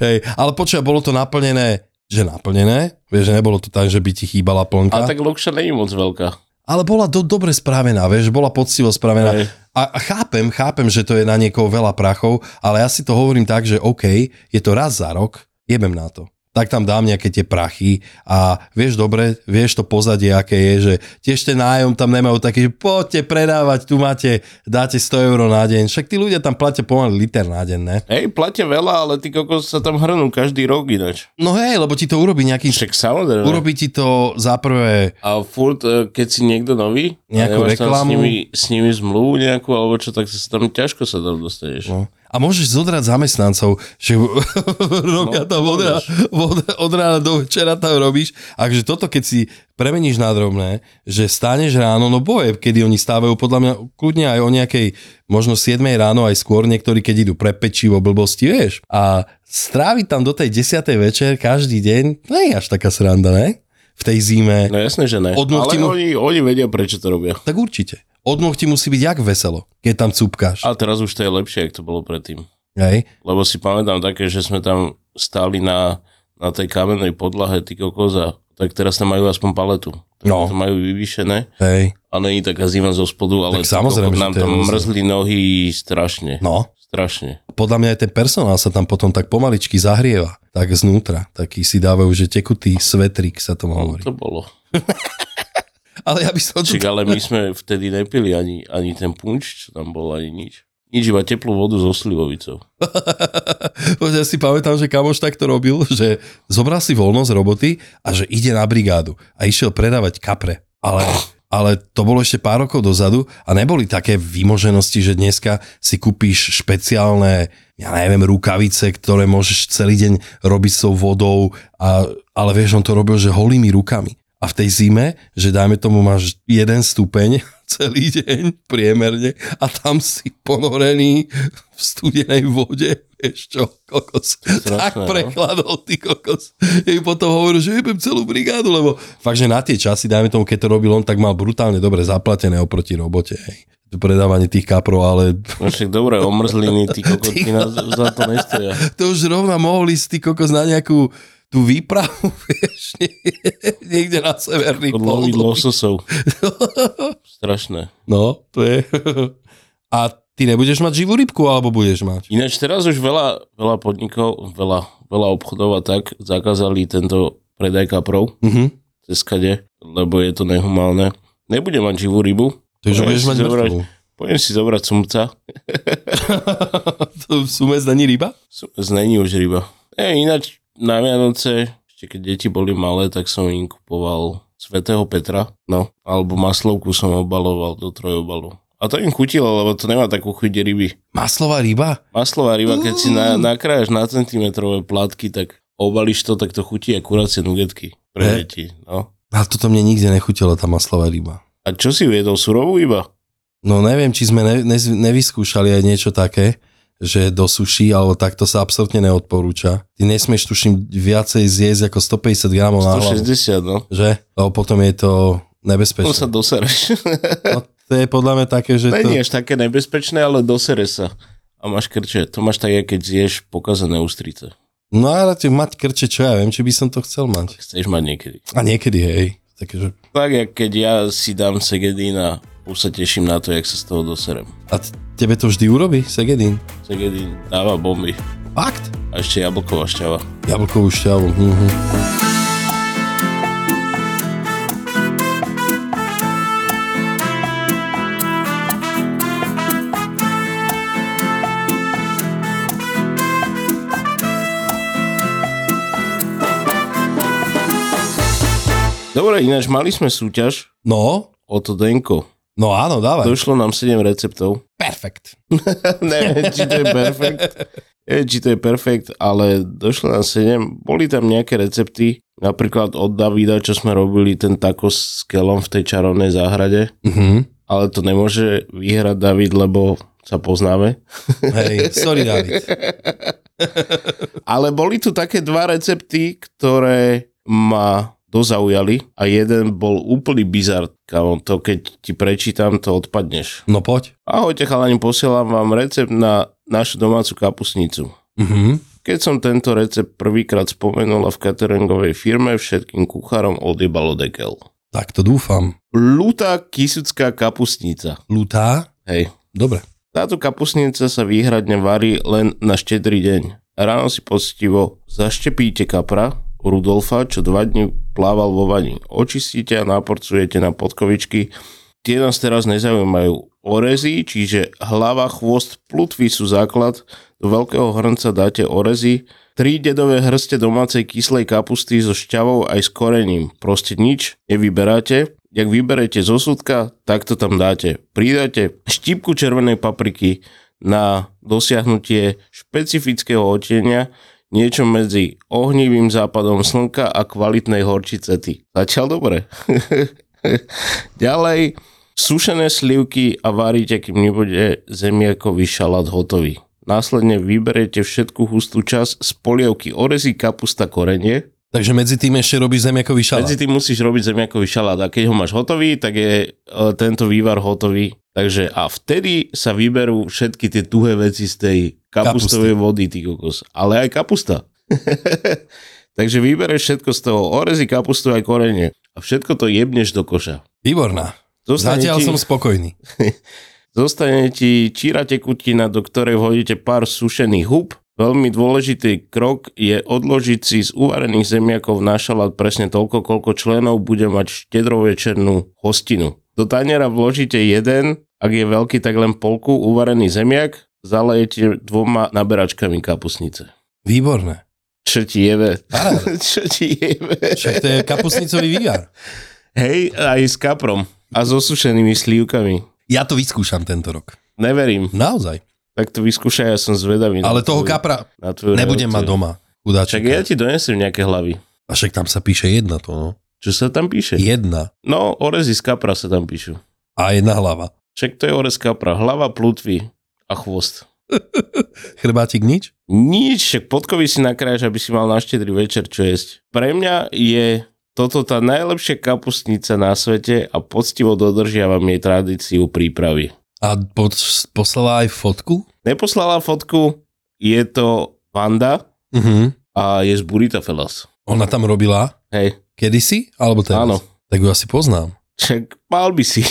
[SPEAKER 3] Hej, ale počkaj, bolo to naplnené, že naplnené, vieš, že nebolo to tak, že by ti chýbala plnka,
[SPEAKER 2] A
[SPEAKER 3] ale, tak...
[SPEAKER 2] tak lokša není moc veľká.
[SPEAKER 3] ale bola do, dobre spravená, vieš, bola poctivo spravená.
[SPEAKER 2] Hej.
[SPEAKER 3] A, a chápem, chápem, že to je na niekoho veľa prachov, ale ja si to hovorím tak, že OK, je to raz za rok, jebem na to. Tak tam dám nejaké tie prachy a vieš dobre, vieš to pozadie, aké je, že tiež ten nájom tam nemajú taký, že poďte predávať, tu máte, dáte 100 eur na deň. Však tí ľudia tam platia pomaly liter na deň, ne?
[SPEAKER 2] Hej, platia veľa, ale ty kokos sa tam hrnú každý rok ináč.
[SPEAKER 3] No hej, lebo ti to urobí nejaký
[SPEAKER 2] Však samozrejme.
[SPEAKER 3] Urobí ti to za prvé,
[SPEAKER 2] A furt, e, keď si niekto nový, a
[SPEAKER 3] Nejakú
[SPEAKER 2] nemáš tam
[SPEAKER 3] reklamu.
[SPEAKER 2] S nimi, s nimi zmluvu nejakú, alebo čo, tak sa tam ťažko sa tam dostaneš.
[SPEAKER 3] no. a môžeš zodrať zamestnancov, že robia
[SPEAKER 2] No,
[SPEAKER 3] tam od, rá, od, od rána do večera tam robíš, takže toto keď si premeníš na drobné, že staneš ráno, no boje, kedy oni stávajú podľa mňa kľudne aj o nejakej možno 7 ráno, aj skôr niektorí, keď idú pre pečivo, blbosti, vieš. A stráviť tam do tej 10 večer každý deň, nie je až taká sranda, ne? V tej zime.
[SPEAKER 2] No jasné, že ne.
[SPEAKER 3] Odmluvte
[SPEAKER 2] Ale
[SPEAKER 3] mu-
[SPEAKER 2] oni, oni vedia, prečo to robia.
[SPEAKER 3] Tak určite. Od nôh ti musí byť jak veselo, keď tam cupkáš.
[SPEAKER 2] A teraz už to je lepšie, ako to bolo predtým.
[SPEAKER 3] Hej?
[SPEAKER 2] Lebo si pamätám také, že sme tam stáli na, na tej kamennej podlahe, ty kokoza. Tak teraz tam majú aspoň paletu. Tak
[SPEAKER 3] No.
[SPEAKER 2] To majú vyvýšené.
[SPEAKER 3] Hej.
[SPEAKER 2] A není taká zima zo spodu, ale
[SPEAKER 3] Tak samozrejme, že
[SPEAKER 2] nám
[SPEAKER 3] to je
[SPEAKER 2] tam
[SPEAKER 3] rozdiel.
[SPEAKER 2] mrzli nohy strašne.
[SPEAKER 3] No.
[SPEAKER 2] Strašne.
[SPEAKER 3] podľa mňa aj ten personál sa tam potom tak pomaličky zahrieva, tak znútra, taký si dávajú, že tekutý svetrik sa tomu hovorí.
[SPEAKER 2] To bolo.
[SPEAKER 3] Ale ja by som...
[SPEAKER 2] Čak, ale my sme vtedy nepili ani, ani ten punč, čo tam bol, ani nič. Nič, iba teplú vodu so slivovicou.
[SPEAKER 3] ja si pamätám, že kamoš takto robil, že zobral si voľno z roboty a že ide na brigádu a išiel predávať kapre. Ale, ale to bolo ešte pár rokov dozadu a neboli také vymoženosti, že dneska si kúpíš špeciálne, ja neviem, rukavice, ktoré môžeš celý deň robiť s tou vodou, a, ale vieš, on to robil, že holými rukami. A v tej zime, že dajme tomu máš jeden stupeň [laughs] celý deň priemerne a tam si ponorený v studenej vode, vieš čo, kokos. tak
[SPEAKER 2] no.
[SPEAKER 3] prechladol, ty kokos. Ja im potom hovoril, že jebem celú brigádu, lebo fakt, že na tie časy, dajme tomu, keď to robil on, tak mal brutálne dobre zaplatené oproti robote. Hej. Predávanie tých kaprov, ale [laughs]
[SPEAKER 2] No však dobre, omrzliny, ty kokotky nás za to nestoja.
[SPEAKER 3] to už rovno mohli ísť ty kokos na nejakú tú výpravu, [laughs] vieš, niekde na severný
[SPEAKER 2] Odloviť
[SPEAKER 3] pol.
[SPEAKER 2] lososov. Strašné.
[SPEAKER 3] No, to je. A ty nebudeš mať živú rybku, alebo budeš mať?
[SPEAKER 2] Ináč teraz už veľa, veľa podnikov, veľa, veľa obchodov a tak zakázali tento predaj kaprov
[SPEAKER 3] Mhm.
[SPEAKER 2] cez kade, lebo je to nehumálne. Nebude mať živú rybu. Pôjdem
[SPEAKER 3] Takže budeš
[SPEAKER 2] No, si
[SPEAKER 3] mať
[SPEAKER 2] zobrať-
[SPEAKER 3] mŕtvu.
[SPEAKER 2] Pôjdem si zobrať sumca.
[SPEAKER 3] To sumec není ryba?
[SPEAKER 2] Sumec není už ryba. E, ináč na Vianoce, ešte keď deti boli malé, tak som im kupoval Svetého Petra, no, alebo maslovku som obaloval do trojobalu. A to im chutilo, lebo to nemá takú chuť ryby.
[SPEAKER 3] Maslová ryba?
[SPEAKER 2] Maslová ryba, keď si na, nakrájaš na centimetrové plátky, tak obališ to, tak to chutí ako kuracie nugetky pre
[SPEAKER 3] He.
[SPEAKER 2] deti. No.
[SPEAKER 3] A toto mne nikde nechutila tá maslová ryba.
[SPEAKER 2] A čo si viedol, surovú iba?
[SPEAKER 3] No neviem, či sme ne, ne, nevyskúšali aj niečo také, že do suši, alebo takto sa absolútne neodporúča. Ty nesmieš, tuším, viacej zjesť ako 150 gramov na hlavu.
[SPEAKER 2] 160, no.
[SPEAKER 3] Že? Lebo potom je to
[SPEAKER 2] To sa
[SPEAKER 3] nebezpečné.
[SPEAKER 2] dosereš.
[SPEAKER 3] No, to je podľa mňa také, že to...
[SPEAKER 2] Není až také nebezpečné, ale dosere sa. A máš krče. To máš tak, jak keď zješ pokazené ústrice.
[SPEAKER 3] No a radšej mať krče, čo ja viem, či by som to chcel mať.
[SPEAKER 2] Chceš mať niekedy.
[SPEAKER 3] A niekedy, hej. Také, že...
[SPEAKER 2] Tak, jak keď ja si dám segedín a už sa teším na to, jak sa z toho doserem.
[SPEAKER 3] A t- tebe to vždy urobí, Segedin?
[SPEAKER 2] Segedín dáva bomby.
[SPEAKER 3] Fakt?
[SPEAKER 2] A ešte jablková šťava.
[SPEAKER 3] Jablkovú šťavu. Mhm.
[SPEAKER 2] Dobre, ináč mali sme súťaž
[SPEAKER 3] No,
[SPEAKER 2] o to denko.
[SPEAKER 3] No áno, dávaj.
[SPEAKER 2] Došlo nám 7 [laughs] receptov.
[SPEAKER 3] Perfekt.
[SPEAKER 2] Neviem, či to je [laughs] perfekt. Neviem, či to je perfekt, ale došlo nám 7. Boli tam nejaké recepty, napríklad od Davida, čo sme robili ten takos s kelom v tej čarovnej záhrade,
[SPEAKER 3] Mhm.
[SPEAKER 2] ale to nemôže vyhrať David, lebo sa poznáme.
[SPEAKER 3] Hej, sorry David.
[SPEAKER 2] Ale boli tu také dva recepty, ktoré ma dozaujali a jeden bol úplný bizar, kámo, to keď ti prečítam, to odpadneš.
[SPEAKER 3] No poď.
[SPEAKER 2] Ahojte chalani, posielam vám recept na našu domácu kapusnicu.
[SPEAKER 3] Mhm.
[SPEAKER 2] Keď som tento recept prvýkrát spomenula v cateringovej firme, všetkým kuchárom odjebalo dekel.
[SPEAKER 3] Tak to dúfam.
[SPEAKER 2] Lutá kisucká kapusnica.
[SPEAKER 3] Lutá?
[SPEAKER 2] Hej.
[SPEAKER 3] Dobre.
[SPEAKER 2] Táto kapusnica sa výhradne varí len na štedrý deň. Ráno si poctivo zaštepíte kapra, Rudolfa, čo dva dní plával vo vani. Očistíte a naporcujete na podkovičky. Tie nás teraz nezaujímajú. Orezy, čiže hlava, chvost, plutvy sú základ. Do veľkého hrnca dáte orezy. Tri dedové hrste domácej kyslej kapusty so šťavou aj s korením. Proste nič nevyberáte. Jak vyberete zo súdka, tak to tam dáte. Pridáte štipku červenej papriky na dosiahnutie špecifického otienia, niečo medzi ohnivým západom slnka a kvalitnej horčice ty. Zatiaľ dobre. [laughs] Ďalej, sušené slivky a varíte, kým nebude zemiakový šalát hotový. Následne vyberiete všetku hustú časť z polievky orezy, kapusta, korenie,
[SPEAKER 3] Takže medzi tým ešte robíš zemiakový šalát.
[SPEAKER 2] medzi tým musíš robiť zemiakový šalát a keď ho máš hotový, tak je e, tento vývar hotový. Takže a vtedy sa vyberú všetky tie tuhé veci z tej kapustovej vody, ty kokos. Ale aj kapusta. [laughs] Takže vybereš všetko z toho, orezy, kapustu aj korenie. A všetko to jebneš do koša.
[SPEAKER 3] Výborná.
[SPEAKER 2] Zostane
[SPEAKER 3] Zatiaľ
[SPEAKER 2] ti,
[SPEAKER 3] som spokojný.
[SPEAKER 2] zostane ti číra tekutina, do ktorej vhodíte pár sušených húb. Veľmi dôležitý krok je odložiť si z uvarených zemiakov na šalát presne toľko, koľko členov bude mať štedrovečernú hostinu. Do taniera vložíte jeden, ak je veľký, tak len polku uvarený zemiak, zalejete dvoma naberačkami kapusnice.
[SPEAKER 3] Výborné.
[SPEAKER 2] Čo ti jebe? [laughs] Čo ti jebe?
[SPEAKER 3] Však to je kapusnicový vývar.
[SPEAKER 2] Hej, aj s kaprom a so sušenými slívkami.
[SPEAKER 3] Ja to vyskúšam tento rok.
[SPEAKER 2] Neverím.
[SPEAKER 3] Naozaj.
[SPEAKER 2] Tak to vyskúšaj, ja som zvedavý. na
[SPEAKER 3] Ale toho
[SPEAKER 2] tvoju-
[SPEAKER 3] kapra
[SPEAKER 2] na tvoju
[SPEAKER 3] nebudem
[SPEAKER 2] reakciu.
[SPEAKER 3] mať doma.
[SPEAKER 2] Čak ja
[SPEAKER 3] Chudáček.
[SPEAKER 2] ti donesem nejaké hlavy.
[SPEAKER 3] A však tam sa píše jedna to, no.
[SPEAKER 2] Čo sa tam píše?
[SPEAKER 3] Jedna.
[SPEAKER 2] No, orezy z kapra sa tam píšu.
[SPEAKER 3] A jedna hlava.
[SPEAKER 2] Čak to je orez kapra. Hlava, plutvy a chvost.
[SPEAKER 3] Chrbátik nič?
[SPEAKER 2] Nič, však podkovy si nakrájaš, aby si mal na štedrý večer čo jesť. Pre mňa je toto tá najlepšia kapustnica na svete a poctivo dodržiavam jej tradíciu prípravy.
[SPEAKER 3] A pod, poslala aj fotku?
[SPEAKER 2] Neposlala fotku, je to Vanda
[SPEAKER 3] Mhm.
[SPEAKER 2] a je z Burita Felas.
[SPEAKER 3] Ona tam robila
[SPEAKER 2] Hej,
[SPEAKER 3] kedysi? Alebo teraz?
[SPEAKER 2] áno.
[SPEAKER 3] Tak ju asi poznám.
[SPEAKER 2] Čak mal by si.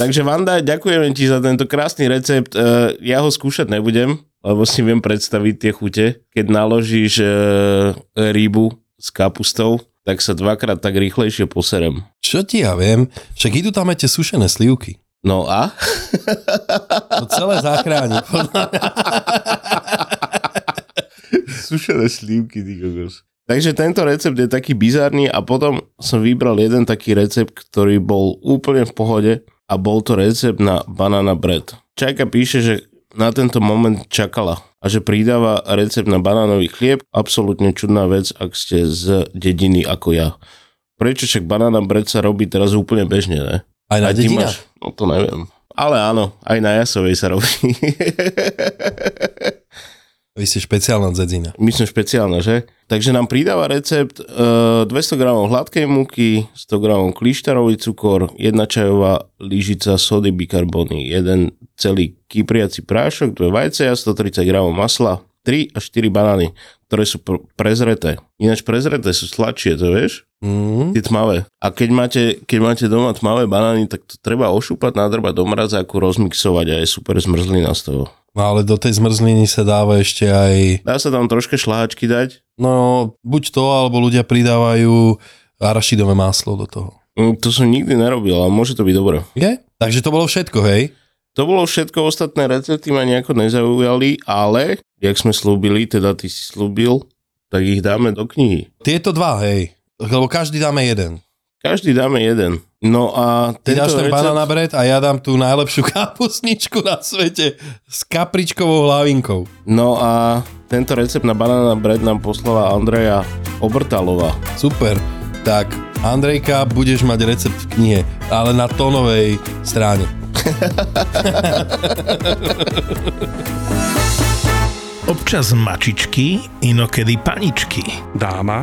[SPEAKER 2] Takže Vanda, ďakujeme ti za tento krásny recept. Eh, Ja ho skúšať nebudem, lebo si viem predstaviť tie chute. Keď naložíš eh, rybu s kapustou, tak sa dvakrát tak rýchlejšie poserem.
[SPEAKER 3] Čo ti ja viem? Však idú tam aj tie sušené slivky.
[SPEAKER 2] No a?
[SPEAKER 3] To celé zachráni.
[SPEAKER 2] [laughs] Sušené slívky, ty kokos. Takže tento recept je taký bizarný a potom som vybral jeden taký recept, ktorý bol úplne v pohode a bol to recept na banana bread. Čajka píše, že na tento moment čakala a že pridáva recept na banánový chlieb, absolútne čudná vec, ak ste z dediny ako ja. Prečo však banana bread sa robí teraz úplne bežne, ne?
[SPEAKER 3] Aj
[SPEAKER 2] Aj
[SPEAKER 3] na
[SPEAKER 2] ty
[SPEAKER 3] dedina.
[SPEAKER 2] máš? No to neviem. Ale áno, aj na jasovej sa robí. [laughs]
[SPEAKER 3] Vy ste špeciálna dzedzina.
[SPEAKER 2] My sme špeciálne, že? Takže nám pridáva recept e, 200 g hladkej muky, 100 g klištarový cukor, 1 čajová lyžica sody bikarbony, 1 celý kypriaci prášok, 2 vajcia, 130 g masla, 3 až 4 banány, ktoré sú pr- prezreté. Ináč prezreté sú sladšie, to vieš?
[SPEAKER 3] Mm.
[SPEAKER 2] Tie tmavé. A keď máte, keď máte doma tmavé banány, tak to treba ošúpať, nadrbať do mrazáku, rozmixovať a je super zmrzlina z toho.
[SPEAKER 3] No ale do tej zmrzliny sa dáva ešte aj...
[SPEAKER 2] Dá sa tam troška šláhačky dať,
[SPEAKER 3] No, buď to, alebo ľudia pridávajú arašidové máslo do toho.
[SPEAKER 2] Mm, To som nikdy nerobil, ale môže to byť dobré.
[SPEAKER 3] Je? Takže to bolo všetko, hej?
[SPEAKER 2] To bolo všetko, ostatné recepty ma nejako nezaujali, ale, jak sme slúbili, teda ty si slúbil, tak ich dáme do knihy.
[SPEAKER 3] Tieto dva, hej. Lebo každý dáme jeden.
[SPEAKER 2] Každý dáme jeden. No a
[SPEAKER 3] Ty dáš ten
[SPEAKER 2] recept-
[SPEAKER 3] banana bread a ja dám tú najlepšiu [laughs] kapusničku na svete s kapričkovou hlavinkou.
[SPEAKER 2] No a tento recept na banana bread nám poslala Andreja Obrtalová.
[SPEAKER 3] Super. Tak, Andrejka, budeš mať recept v knihe, ale na tónovej strane.
[SPEAKER 4] Občas mačičky, inokedy paničky.
[SPEAKER 5] dáma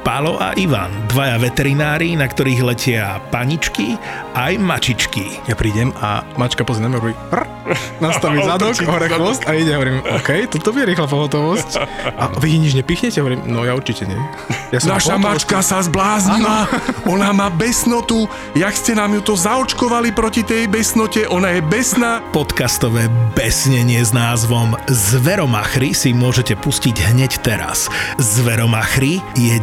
[SPEAKER 4] Pálo a Ivan, dvaja veterinári, na ktorých letia paničky aj mačičky.
[SPEAKER 6] Ja prídem a mačka pozrie na mňa, hovorí, "Prr."
[SPEAKER 5] [laughs]
[SPEAKER 6] nastaví
[SPEAKER 5] A
[SPEAKER 6] zadok,
[SPEAKER 5] otočí
[SPEAKER 6] hore
[SPEAKER 5] zadok.
[SPEAKER 6] chvost a ide, hovorím, OK, toto je rýchla pohotovosť. A vy nič nepichnete? Hovorím, no ja určite nie. Ja som
[SPEAKER 5] Naša
[SPEAKER 6] na pohotovosti.
[SPEAKER 5] mačka sa zbláznila, ona má besnotu, jak ste nám ju to zaočkovali proti tej besnote, ona je besná.
[SPEAKER 4] Podcastové besnenie s názvom Zveromachry si môžete pustiť hneď teraz. Zveromachry je